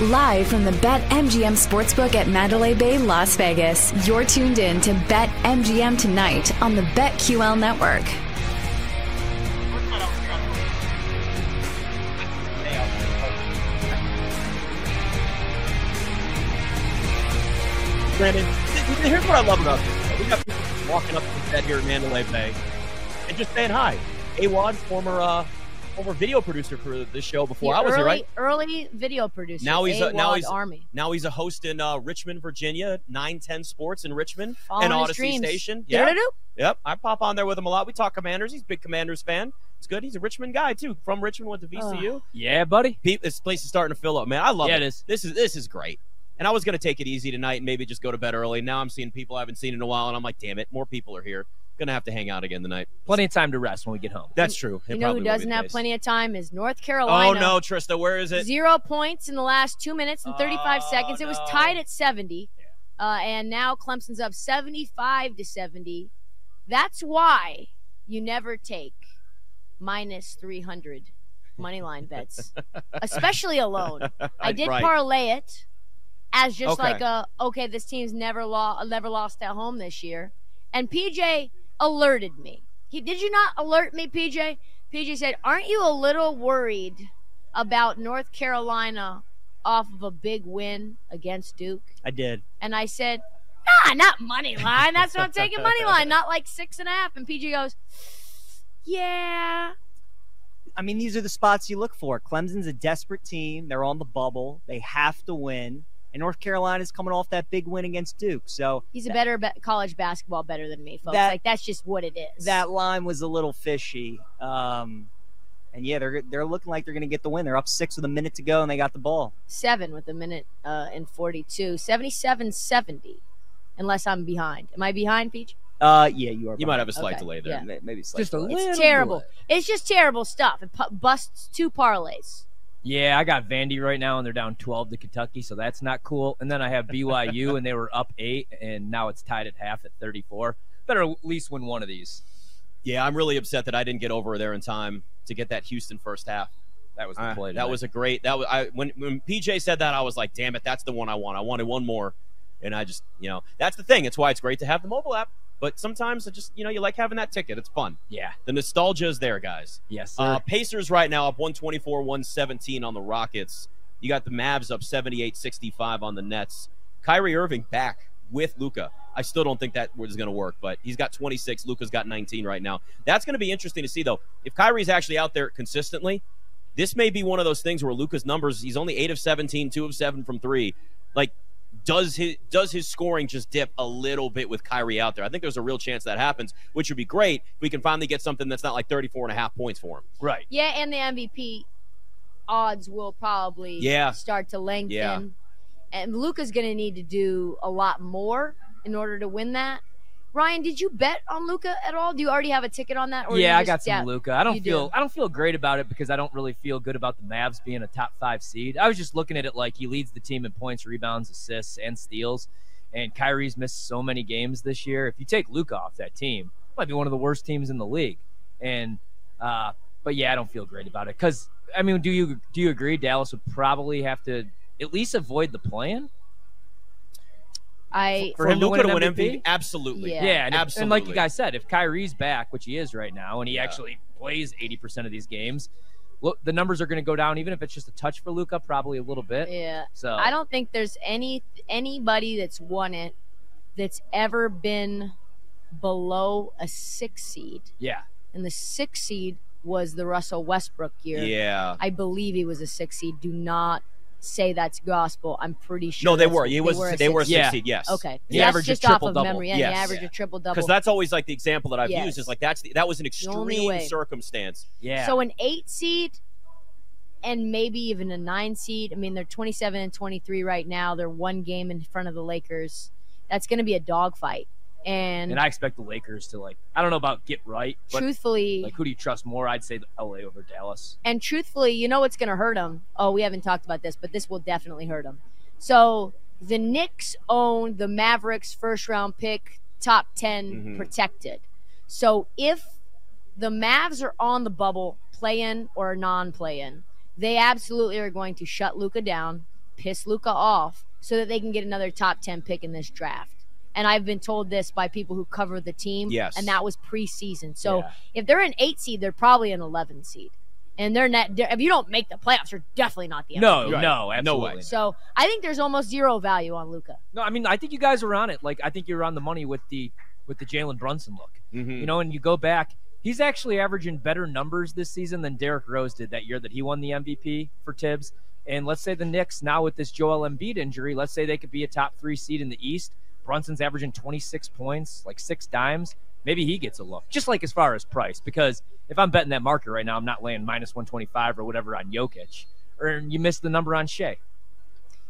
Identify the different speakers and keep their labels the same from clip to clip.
Speaker 1: Live from the BetMGM Sportsbook at Mandalay Bay, Las Vegas, you're tuned in to BetMGM Tonight on the BetQL Network.
Speaker 2: Brandon, th- th- here's what I love about this. We got people just walking up to the set here at Mandalay Bay and just saying hi. Awad, former uh, former video producer for this show before
Speaker 3: The
Speaker 2: I was
Speaker 3: early,
Speaker 2: here, right?
Speaker 3: Early video producer.
Speaker 2: Now he's a-
Speaker 3: AWOD
Speaker 2: now he's-
Speaker 3: army.
Speaker 2: Now he's a host in uh, Richmond, Virginia, 910 Sports in Richmond,
Speaker 3: Following
Speaker 2: and
Speaker 3: his
Speaker 2: Odyssey
Speaker 3: dreams.
Speaker 2: Station.
Speaker 3: Yeah.
Speaker 2: Yeah, yep. I pop on there with him a lot. We talk Commanders. He's a big Commanders fan. It's good. He's a Richmond guy too. From Richmond, went to VCU.
Speaker 4: Yeah, buddy.
Speaker 2: Pe- this place is starting to fill up, man. I love
Speaker 4: yeah,
Speaker 2: it.
Speaker 4: it is.
Speaker 2: This is this is great. And I was gonna take it easy tonight and maybe just go to bed early. Now I'm seeing people I haven't seen in a while, and I'm like, damn it, more people are here. Gonna have to hang out again tonight.
Speaker 4: Plenty of time to rest when we get home.
Speaker 2: That's true. It
Speaker 3: You know
Speaker 2: probably
Speaker 3: who
Speaker 2: will be
Speaker 3: doesn't
Speaker 2: the
Speaker 3: have
Speaker 2: case.
Speaker 3: plenty of time is North
Speaker 2: Oh
Speaker 3: Carolina.
Speaker 2: no, Trista, where is it?
Speaker 3: Zero points in the last two minutes and 35
Speaker 2: Oh,
Speaker 3: seconds. It was
Speaker 2: no.
Speaker 3: tied at 70. Uh, and now Clemson's up 75 to 70. That's why you never take minus 300 money line bets, especially alone. I did
Speaker 2: Right.
Speaker 3: parlay it as just
Speaker 2: Okay.
Speaker 3: like a okay, this team's never lost never lost at home this year. And PJ alerted me. He did you not alert me, PJ? PJ said, "Aren't you a little worried about North Carolina off of a big win against Duke?"
Speaker 2: I did.
Speaker 3: And I said, Nah, not money line. That's what I'm taking money line, not like six and a half. And PJ goes, Yeah.
Speaker 5: I mean, these are the spots you look for. Clemson's a desperate team. They're on the bubble. They have to win. And North Carolina's coming off that big win against Duke. So
Speaker 3: He's a better ba- college basketball better than me, folks.
Speaker 5: That-
Speaker 3: like that's just what it is.
Speaker 5: that line was a little fishy. Um, and yeah, they're they're looking like they're going to get the win. They're up six with a minute to go, and they got the ball.
Speaker 3: seven with a minute uh, and 42, 77 70, unless I'm behind. Am I behind, Peach?
Speaker 5: Uh, yeah, you are.
Speaker 2: You might have a slight
Speaker 3: Okay,
Speaker 2: delay there.
Speaker 3: yeah.
Speaker 5: have maybe slight.
Speaker 4: Just a
Speaker 5: delay.
Speaker 4: little.
Speaker 3: terrible.
Speaker 4: bit.
Speaker 3: It's just terrible stuff. It pu- busts two parlays.
Speaker 4: Yeah, I got Vandy right now, and they're down 12 to Kentucky, so that's not cool. And then I have BYU, and they were up eight, and now it's tied at half at 34. Better at least win one of these.
Speaker 2: Yeah, I'm really upset that I didn't get over there in time to get that Houston first half.
Speaker 4: That was the
Speaker 2: Uh,
Speaker 4: play.
Speaker 2: that
Speaker 4: tonight.
Speaker 2: was a great. That was I when when PJ said that I was like, damn it, that's the one I want. I wanted one more, and I just you know that's the thing. It's why it's great to have the mobile app. But sometimes it just you know you like having that ticket. It's fun.
Speaker 4: yeah.
Speaker 2: The nostalgia is there, guys.
Speaker 4: Yes. Sir.
Speaker 2: Uh, Pacers right now up 124 117 on the Rockets. You got the Mavs up 78 65 on the Nets. Kyrie Irving back with Luca. I still don't think that is going to work, but he's got 26. Luca's got 19 right now. That's going to be interesting to see, though. If Kyrie's actually out there consistently, this may be one of those things where Luca's numbers, he's only 8 of 17, 2 of 7 from 3. Like, does his does his scoring just dip a little bit with Kyrie out there? I think there's a real chance that happens, which would be great if we can finally get something that's not like 34 and a half points for him.
Speaker 4: right.
Speaker 3: Yeah, and the MVP odds will probably
Speaker 2: Yeah.
Speaker 3: start to lengthen.
Speaker 2: Yeah.
Speaker 3: And Luca's going to need to do a lot more in order to win that. Ryan, did you bet on Luca at all? Do you already have a ticket on that? Or
Speaker 4: Yeah,
Speaker 3: you
Speaker 4: I got
Speaker 3: just-
Speaker 4: some
Speaker 3: yeah.
Speaker 4: Luca. I don't
Speaker 3: you do.
Speaker 4: feel I don't feel great about it because I don't really feel good about the Mavs being a top five seed. I was just looking at it like he leads the team in points, rebounds, assists, and steals. And Kyrie's missed so many games this year. If you take Luca off that team, it might be one of the worst teams in the league. And uh, but yeah, I don't feel great about it because I mean, do you do you agree? Dallas would probably have to at least avoid the plan.
Speaker 3: I
Speaker 4: For him to
Speaker 2: Luka
Speaker 4: win an MVP?
Speaker 2: Absolutely.
Speaker 3: Yeah.
Speaker 4: Yeah, and, if- and like you
Speaker 2: Absolutely.
Speaker 4: guys said, if Kyrie's back, which he is right now, and he
Speaker 2: Yeah.
Speaker 4: actually plays 80% of these games, look, the numbers are going to go down, even if it's just a touch for Luca, probably a little bit.
Speaker 3: yeah,
Speaker 4: So
Speaker 3: I don't think there's any anybody that's won it that's ever been below a six seed.
Speaker 4: yeah,
Speaker 3: And the six seed was the Russell Westbrook year.
Speaker 2: Yeah.
Speaker 3: I believe he was a six seed. Do not say that's gospel. I'm pretty sure.
Speaker 2: No, they
Speaker 3: that's
Speaker 2: were.
Speaker 3: what-
Speaker 2: He was.
Speaker 3: a
Speaker 2: They were a
Speaker 3: six
Speaker 2: six
Speaker 4: Yeah.
Speaker 2: seed. Yes.
Speaker 3: seed. Okay.
Speaker 4: The
Speaker 3: that's
Speaker 4: average is
Speaker 3: just off of
Speaker 4: triple-double.
Speaker 3: memory. Yeah,
Speaker 2: Yes.
Speaker 3: the average of triple double.
Speaker 2: Because that's always like the example that I've
Speaker 3: Yes.
Speaker 2: used is like that's the, that was an
Speaker 3: only
Speaker 2: extreme
Speaker 3: way.
Speaker 2: circumstance.
Speaker 4: yeah.
Speaker 3: So an eight seed and maybe even a nine seed. I mean, they're 27 and 23 right now. They're one game in front of the Lakers. That's going to be a dogfight. And,
Speaker 4: and I expect the Lakers to, like, I don't know about get right, but
Speaker 3: truthfully,
Speaker 4: like, who do you trust more? I'd say the LA over Dallas.
Speaker 3: and truthfully, you know what's going to hurt them. Oh, we haven't talked about this, but this will definitely hurt them. So the Knicks own the Mavericks' first round pick, top 10
Speaker 2: Mhm.
Speaker 3: protected. So if the Mavs are on the bubble, play in or non play in, they absolutely are going to shut Luca down. piss Luca off so that they can get another top 10 pick in this draft. And I've been told this by people who cover the team.
Speaker 2: Yes.
Speaker 3: And that was preseason. So
Speaker 4: Yeah.
Speaker 3: if they're an eight seed, they're probably an 11 seed. And they're not, they're- if you don't make the playoffs, you're definitely not the
Speaker 4: No,
Speaker 2: Right.
Speaker 4: no,
Speaker 2: No
Speaker 4: absolutely.
Speaker 2: way.
Speaker 4: not.
Speaker 3: So I think there's almost zero value on Luca.
Speaker 4: No, I mean, I think you guys are on it. Like, I think you're on the money with the with the Jalen Brunson look.
Speaker 2: Mhm.
Speaker 3: Mm-hmm.
Speaker 4: You know, and you go back, he's actually averaging better numbers this season than Derrick Rose did that year that he won the MVP for Tibbs. And let's say the Knicks now with this Joel Embiid injury, let's say they could be a top three seed in the East. Brunson's averaging 26 points, like six dimes. Maybe he gets a look, just like as far as price, because if I'm betting that market right now, I'm not laying minus 125 or whatever on Jokic. Or you missed the number on Shea.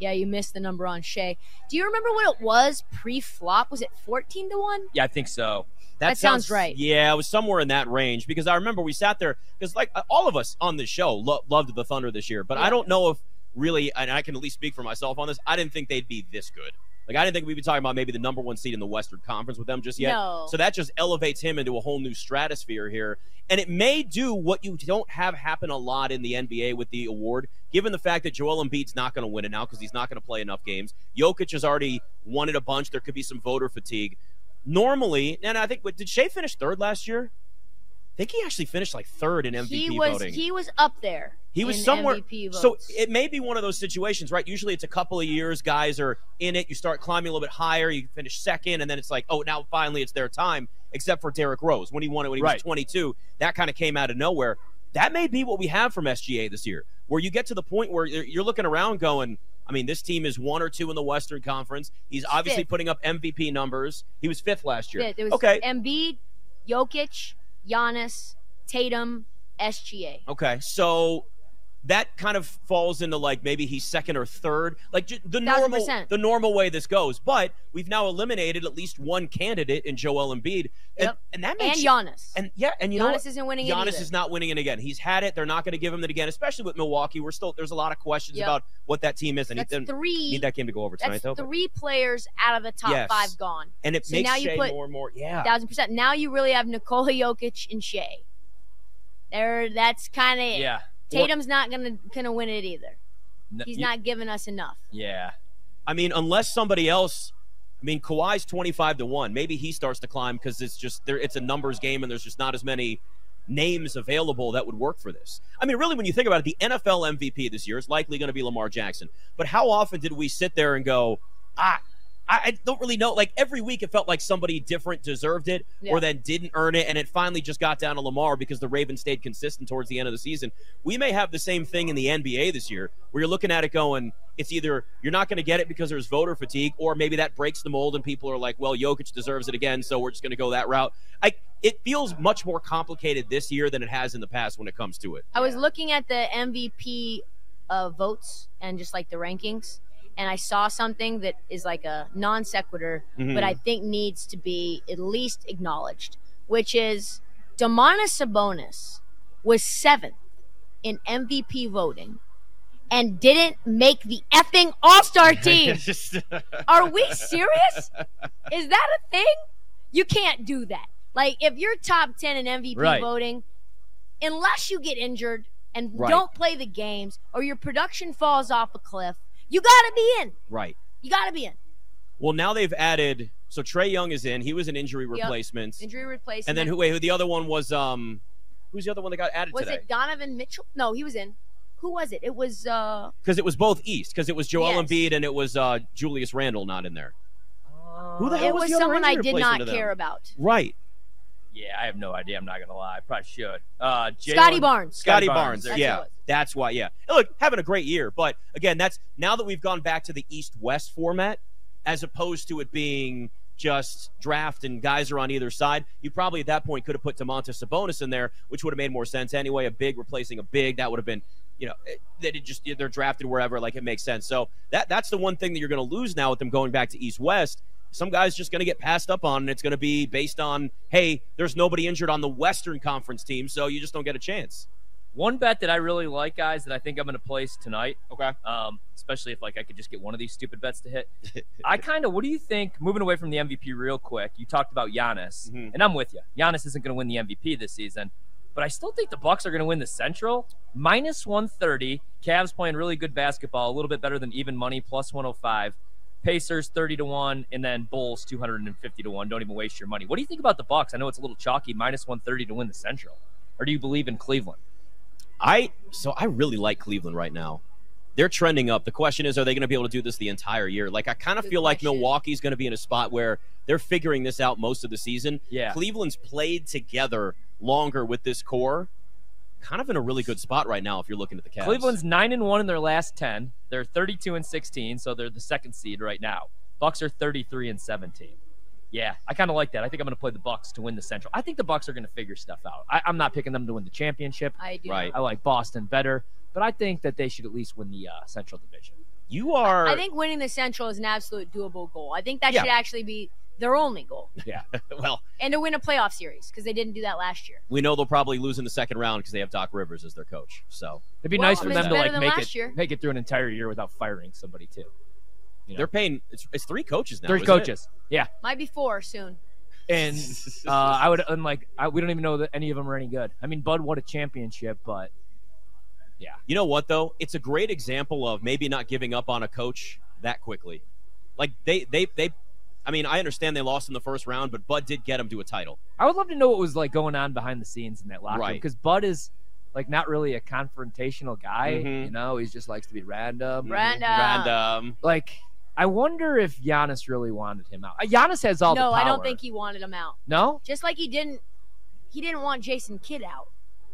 Speaker 3: Yeah, you missed the number on Shea. Do you remember what it was pre-flop? Was it 14 to 1?
Speaker 4: Yeah, I think so.
Speaker 3: That sounds right.
Speaker 2: Yeah, it was somewhere in that range because I remember we sat there because like uh, all of us on the show lo- loved the Thunder this year, but I
Speaker 3: Yeah.
Speaker 2: don't know if really, and I can at least speak for myself on this. I didn't think they'd be this good. Like I didn't think we'd be talking about maybe the number one seed in the Western Conference with them just yet.
Speaker 3: No.
Speaker 2: So that just elevates him into a whole new stratosphere here. And it may do what you don't have happen a lot in the NBA with the award, given the fact that Joel Embiid's not going to win it now because he's not going to play enough games. Jokic has already won it a bunch. There could be some voter fatigue. Normally, and I think, what- did Shea finish third last year? I think he actually finished like third in MVP
Speaker 3: he was
Speaker 2: voting.
Speaker 3: he was up there.
Speaker 2: He was
Speaker 3: in
Speaker 2: somewhere-
Speaker 3: MVP votes.
Speaker 2: So it may be one of those situations, right? Usually it's a couple of years, guys are in it, you start climbing a little bit higher, you finish second, and then it's like, oh, now finally it's their time, except for Derrick Rose. When he won it when he
Speaker 4: Right.
Speaker 2: was 22, that kind of came out of nowhere. That may be what we have from SGA this year, where you get to the point where you're you're looking around going, I mean, this team is one or two in the Western Conference. He's obviously
Speaker 3: Fifth.
Speaker 2: putting up MVP numbers. He was fifth last year.
Speaker 3: Yeah, there was
Speaker 2: okay.
Speaker 3: Embiid, Jokic, Giannis, Tatum, SGA.
Speaker 2: Okay. So that kind of falls into like maybe he's second or third, like ju- the normal
Speaker 3: 1000%.
Speaker 2: the normal way this goes. But we've now eliminated at least one candidate in Joel Embiid, and,
Speaker 3: Yep.
Speaker 2: and that
Speaker 3: And
Speaker 2: makes you-
Speaker 3: Giannis.
Speaker 2: and yeah, and you know what?
Speaker 3: Giannis isn't winning it
Speaker 2: Giannis
Speaker 3: either.
Speaker 2: is not winning it again. He's had it. They're not going to give him it again, especially with Milwaukee. We're still there's a lot of questions
Speaker 3: Yep.
Speaker 2: about what that team is, and
Speaker 3: That's
Speaker 2: he didn't
Speaker 3: three.
Speaker 2: need that game to go over tonight
Speaker 3: That's
Speaker 2: though. but-
Speaker 3: three players out of the top
Speaker 2: Yes.
Speaker 3: five gone.
Speaker 2: and it
Speaker 3: so
Speaker 2: makes
Speaker 3: now you
Speaker 2: Shea
Speaker 3: put-
Speaker 2: more and more. Yeah,
Speaker 3: Thousand percent. Now you really have Nikola Jokic and Shea. There, that's kind of it.
Speaker 4: Yeah.
Speaker 3: Tatum's not gonna gonna win it either.
Speaker 4: No-
Speaker 3: He's
Speaker 4: you-
Speaker 3: not giving us enough.
Speaker 4: Yeah.
Speaker 2: I mean, unless somebody else. I mean, Kawhi's twenty-five to one. Maybe he starts to climb because it's just there. It's a numbers game, and there's just not as many names available that would work for this. I mean, really, when you think about it, the NFL MVP this year is likely going to be Lamar Jackson. But how often did we sit there and go, ah? I I don't really know. Like every week, it felt like somebody different deserved it
Speaker 3: Yeah.
Speaker 2: or then didn't earn it. And it finally just got down to Lamar because the Ravens stayed consistent towards the end of the season. We may have the same thing in the NBA this year where you're looking at it going, it's either you're not going to get it because there's voter fatigue, or maybe that breaks the mold and people are like, well, Jokic deserves it again, so we're just going to go that route. I, it feels much more complicated this year than it has in the past when it comes to it.
Speaker 3: I was looking at the MVP uh, votes and just like the rankings, and I saw something that is like a non sequitur,
Speaker 2: Mhm.
Speaker 3: but I think needs to be at least acknowledged, which is Demonis Sabonis was seventh in MVP voting and didn't make the effing All Star team.
Speaker 2: Just- uh,
Speaker 3: Are we serious? Is that a thing? You can't do that. Like, if you're top 10 in MVP
Speaker 4: Right.
Speaker 3: voting, unless you get injured and
Speaker 2: Right.
Speaker 3: don't play the games or your production falls off a cliff, you got to be in.
Speaker 2: right.
Speaker 3: You got to be in.
Speaker 2: Well, now they've added. So Trey Young is in. He was an injury
Speaker 3: Yep.
Speaker 2: replacement.
Speaker 3: Injury replacement.
Speaker 2: And then who? Wait, who? The other one was um, who's the other one that got added
Speaker 3: was
Speaker 2: today?
Speaker 3: it? Donovan Mitchell? No, he was in. Who was it? It was, uh,
Speaker 2: Because it was both East. Because it was Joel
Speaker 3: Yes.
Speaker 2: Embiid and it was uh, Julius Randle not in there. Who the hell
Speaker 3: it was,
Speaker 2: was the other
Speaker 3: someone I
Speaker 2: injury
Speaker 3: did
Speaker 2: replacement
Speaker 3: not
Speaker 2: to them?
Speaker 3: care about.
Speaker 2: Right.
Speaker 4: Yeah, I have no idea. I'm not gonna lie. I probably should. Uh, Jalen-
Speaker 3: Scotty Barnes.
Speaker 2: Scotty
Speaker 4: Scotty
Speaker 2: Barnes.
Speaker 4: Barnes,
Speaker 3: that's
Speaker 2: yeah,
Speaker 3: who it was.
Speaker 2: that's why. Yeah, And look, having a great year, but again, that's now that we've gone back to the East-West format, as opposed to it being just draft and guys are on either side. You probably at that point could have put Demontis Sabonis in there, which would have made more sense anyway. A big replacing a big that would have been, you know, eh, that it just they're drafted wherever, like it makes sense. So that that's the one thing that you're going to lose now with them going back to East-West. Some guys just going to get passed up on, and it's going to be based on, hey, there's nobody injured on the Western Conference team, so you just don't get a chance.
Speaker 4: One bet that I really like, guys, that I think I'm gonna place tonight.
Speaker 2: Okay.
Speaker 4: Um, especially if like I could just get one of these stupid bets to hit. I kind of. What do you think? Moving away from the MVP real quick. You talked about Giannis,
Speaker 2: Mhm.
Speaker 4: and I'm with you. Giannis isn't gonna win the MVP this season. But I still think the Bucks are going to win the Central minus 130. Cavs playing really good basketball, a little bit better than even money, plus 105. Pacers 30 to 1 and then Bulls 250 to 1. Don't even waste your money. What do you think about the Bucks? I know it's a little chalky, minus 130 to win the Central. Or do you believe in Cleveland?
Speaker 2: I so I really like Cleveland right now. They're trending up. The question is, are they going to be able to do this the entire year? Like I kind of
Speaker 3: Good
Speaker 2: feel like
Speaker 3: question.
Speaker 2: Milwaukee's going to be in a spot where they're figuring this out most of the season.
Speaker 4: Yeah.
Speaker 2: Cleveland's played together longer with this core. Kind of in a really good spot right now if you're looking at the Cavs.
Speaker 4: Cleveland's 9 and 1 in their last 10. They're 32 and 16, so they're the second seed right now. Bucks are 33 and 17. Yeah, I kind of like that. I think I'm going to play the Bucks to win the Central. I think the Bucks are going to figure stuff out. I, I'm not picking them to win the championship.
Speaker 3: I do.
Speaker 2: Right.
Speaker 4: I like Boston better, but I think that they should at least win the uh, Central Division.
Speaker 2: You are
Speaker 3: I think winning the Central is an absolute doable goal. I think that
Speaker 2: Yeah.
Speaker 3: should actually be their only goal,
Speaker 2: well,
Speaker 3: and to win a playoff series because they didn't do that last year.
Speaker 2: we know they'll probably lose in the second round because they have Doc Rivers as their coach. So
Speaker 4: It'd be
Speaker 3: Well,
Speaker 4: nice for
Speaker 2: it's
Speaker 4: them to
Speaker 3: better
Speaker 4: like
Speaker 3: than
Speaker 4: make
Speaker 3: last
Speaker 4: it
Speaker 3: year.
Speaker 4: make it through an entire year without firing somebody too. Yeah.
Speaker 2: they're paying it's, it's three coaches now.
Speaker 4: Three
Speaker 2: isn't it?
Speaker 4: coaches, yeah,
Speaker 3: Might be four soon.
Speaker 4: and uh, I would and like I, we don't even know that any of them are any good. I mean, Bud won a championship, but
Speaker 2: You know what though? It's a great example of maybe not giving up on a coach that quickly. Like they they they I mean, I understand they lost in the first round, but Bud did get him to a title.
Speaker 4: I would love to know what was like going on behind the scenes in that locker room
Speaker 2: Right.
Speaker 4: because Bud is like not really a confrontational guy.
Speaker 2: Mhm.
Speaker 4: You know, he just likes to be random.
Speaker 3: Random.
Speaker 2: And um,
Speaker 4: Like, I wonder if Giannis really wanted him out. Uh, Giannis has all the
Speaker 3: no,
Speaker 4: power.
Speaker 3: I don't think he wanted him out.
Speaker 4: No,
Speaker 3: Just like he didn't, he didn't want Jason Kidd out.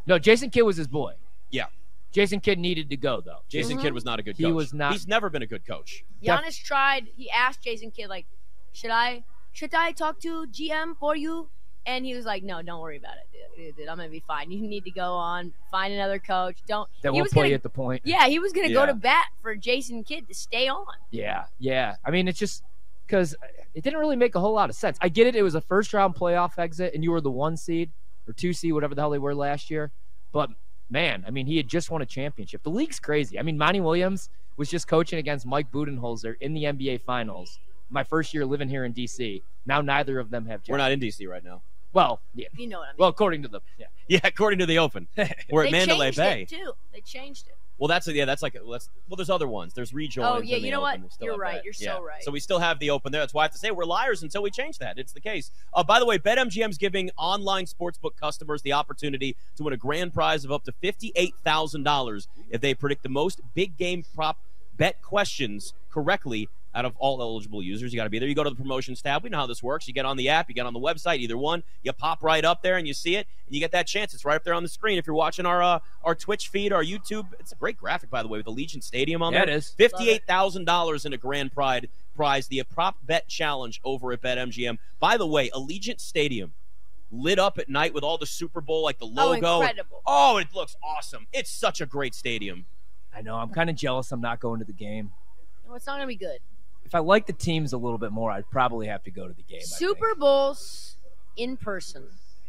Speaker 4: no. Jason Kidd was his boy.
Speaker 2: Yeah.
Speaker 4: Jason Kidd needed to go though.
Speaker 2: Jason
Speaker 3: Mhm.
Speaker 2: Kidd was not a good
Speaker 4: He
Speaker 2: coach.
Speaker 4: was not-
Speaker 2: He's never been a good coach.
Speaker 4: Def-
Speaker 3: Giannis tried. He asked Jason Kidd like, "Should I, should I talk to GM for you?" And he was like, "No, don't worry about it, dude. dude I'm gonna be fine. You need to go on, find another coach. Don't."
Speaker 4: That
Speaker 3: He
Speaker 4: won't
Speaker 3: was
Speaker 4: play
Speaker 3: gonna-
Speaker 4: at the point.
Speaker 3: Yeah, he was gonna go
Speaker 2: Yeah.
Speaker 3: to bat for Jason Kidd to stay on.
Speaker 4: Yeah, yeah. I mean, it's just because it didn't really make a whole lot of sense. I get it. It was a first round playoff exit, and you were the one seed or two seed, whatever the hell they were last year. But man, I mean, he had just won a championship. The league's crazy. I mean, Monty Williams was just coaching against Mike Budenholzer in the NBA Finals. My first year living here in DC. Now neither of them have.
Speaker 2: We're
Speaker 4: jobs.
Speaker 2: not in DC right now.
Speaker 4: Well, yeah.
Speaker 3: You know what I mean?
Speaker 4: Well, according to them. Yeah.
Speaker 2: Yeah, according to the Open, we're
Speaker 3: they
Speaker 2: at Mandalay
Speaker 3: changed
Speaker 2: Bay.
Speaker 3: it too. They changed it.
Speaker 2: Well, that's yeah, that's like let's. Well, there's other ones. There's rejoins.
Speaker 3: Oh, yeah,
Speaker 2: in the
Speaker 3: you know
Speaker 2: open.
Speaker 3: what?
Speaker 2: They still
Speaker 3: You're
Speaker 2: have
Speaker 3: right.
Speaker 2: that.
Speaker 3: You're so
Speaker 2: Yeah.
Speaker 3: right.
Speaker 2: So we still have the open there. That's why I have to say we're liars until we change that. It's the case. Uh, by the way, BetMGM's giving online sportsbook customers the opportunity to win a grand prize of up to fifty-eight thousand dollars if they predict the most big game prop bet questions correctly out of all eligible users. You got to be there. You go to the promotions tab. We know how this works. You get on the app, you get on the website, either one. You pop right up there and you see it, and you get that chance. It's right up there on the screen. If you're watching our uh, our Twitch feed, our YouTube, it's a great graphic by the way with Allegiant Stadium on
Speaker 4: Yeah,
Speaker 2: there.
Speaker 4: it is.
Speaker 2: Fifty-eight thousand dollars in a grand pride prize, the prop bet challenge over at BetMGM. By the way, Allegiant Stadium lit up at night with all the Super Bowl, like the logo.
Speaker 3: Oh, incredible.
Speaker 2: Oh, it looks awesome! It's such a great stadium.
Speaker 4: I know. I'm kind of jealous. I'm not going to the game.
Speaker 3: No, it's not gonna be good.
Speaker 4: If I like the teams a little bit more, I'd probably have to go to the game. I think.
Speaker 3: Super Bowls in person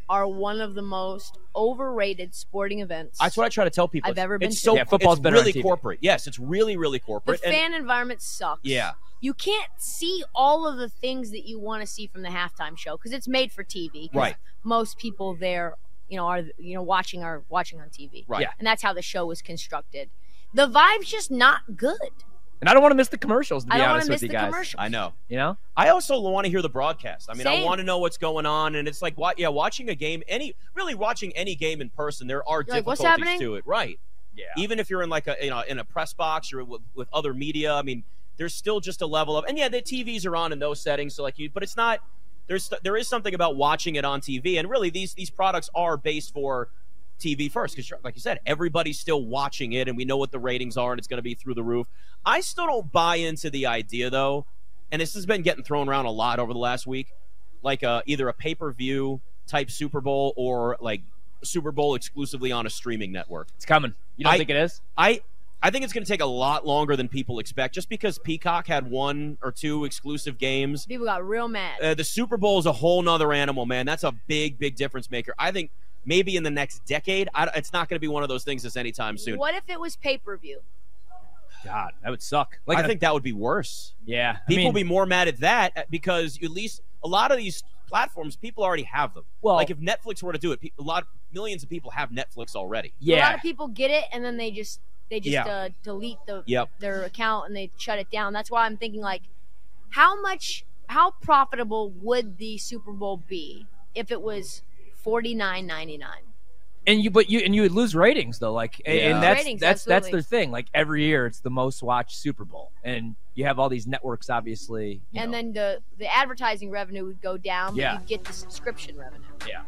Speaker 3: are one of the most overrated sporting events.
Speaker 2: That's what I try to tell people.
Speaker 3: I've
Speaker 2: It's-
Speaker 3: ever been
Speaker 2: It's
Speaker 3: to.
Speaker 2: so
Speaker 4: Yeah, football's
Speaker 2: it's
Speaker 4: better on
Speaker 2: really
Speaker 4: TV.
Speaker 2: corporate. Yes, it's really really
Speaker 3: the
Speaker 2: corporate. And-
Speaker 3: fan environment sucks.
Speaker 2: yeah,
Speaker 3: You can't see all of the things that you want to see from the halftime show because it's made for TV. 'cause
Speaker 2: Right.
Speaker 3: Most people there, you know, are you know watching are watching on TV,
Speaker 2: right.
Speaker 4: Yeah.
Speaker 3: and that's how the show was constructed. The vibe's just not good.
Speaker 4: And I don't want to miss the commercials. To be
Speaker 3: I don't want
Speaker 4: honest
Speaker 3: to miss
Speaker 4: with you
Speaker 3: the
Speaker 4: guys.
Speaker 3: commercial.
Speaker 2: I know.
Speaker 4: You know.
Speaker 2: I also want to hear the broadcast. I mean, I
Speaker 3: Same.
Speaker 2: want to know what's going on, and it's like, wa- yeah, watching a game, any really watching any game in person, there are
Speaker 3: You're like, "What's
Speaker 2: difficulties
Speaker 3: happening?"
Speaker 2: to it, right?
Speaker 4: Yeah.
Speaker 2: even if you're in like a you know in a press box or with, with other media i mean there's still just a level of and yeah the tvs are on in those settings so like you but it's not there's there is something about watching it on tv and really these these products are based for tv first because like you said everybody's still watching it and we know what the ratings are and it's going to be through the roof i still don't buy into the idea though and this has been getting thrown around a lot over the last week like uh, either a pay-per-view type super bowl or like super bowl exclusively on a streaming network
Speaker 4: It's coming. You don't
Speaker 2: I-
Speaker 4: think it is?
Speaker 2: I I think it's going to take a lot longer than people expect, just because Peacock had one or two exclusive games.
Speaker 3: People got real mad.
Speaker 2: Uh, the Super Bowl is a whole nother animal, man. That's a big, big difference maker. I think maybe in the next decade, I, it's not going to be one of those things that's anytime soon.
Speaker 3: What if it was pay per view?
Speaker 4: God, that would suck. Like
Speaker 2: I think that would be worse.
Speaker 4: yeah,
Speaker 2: People
Speaker 4: I mean,
Speaker 2: will be more mad at that uh, because at least a lot of these platforms, people already have them.
Speaker 4: Well,
Speaker 2: like if Netflix were to do it, pe- a lot millions of people have Netflix already.
Speaker 3: A lot
Speaker 4: yeah,
Speaker 3: of people get it and then they just they just
Speaker 5: Yeah.
Speaker 3: uh, delete the
Speaker 2: Yep.
Speaker 3: their account and they shut it down. That's why I'm thinking like, how much how profitable would the Super Bowl be if it was forty nine ninety nine?
Speaker 4: and you but you and you would lose ratings though. Like, a-
Speaker 2: Yeah.
Speaker 4: and that's
Speaker 3: Ratings,
Speaker 4: that's that's
Speaker 3: absolutely.
Speaker 4: their thing. Like every year, it's the most watched Super Bowl, and you have all these networks, obviously. you
Speaker 3: And
Speaker 4: know.
Speaker 3: then the the advertising revenue would go down,
Speaker 4: Yeah.
Speaker 3: but you get the subscription revenue.
Speaker 4: Yeah.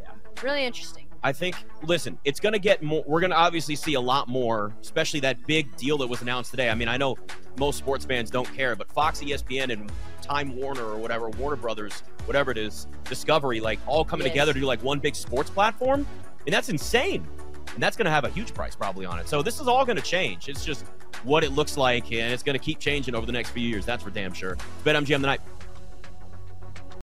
Speaker 4: Yeah.
Speaker 3: Really interesting.
Speaker 2: I think. Listen, it's going to get more. We're going to obviously see a lot more, especially that big deal that was announced today. I mean, I know most sports fans don't care, but Fox, E ESPN, and Time Warner or whatever, Warner Brothers, whatever it is, Discovery, like all coming
Speaker 3: Yes.
Speaker 2: together to do like one big sports platform, and that's insane. And that's going to have a huge price probably on it. So this is all going to change. It's just what it looks like, and it's going to keep changing over the next few years. That's for damn sure. BetMGM tonight.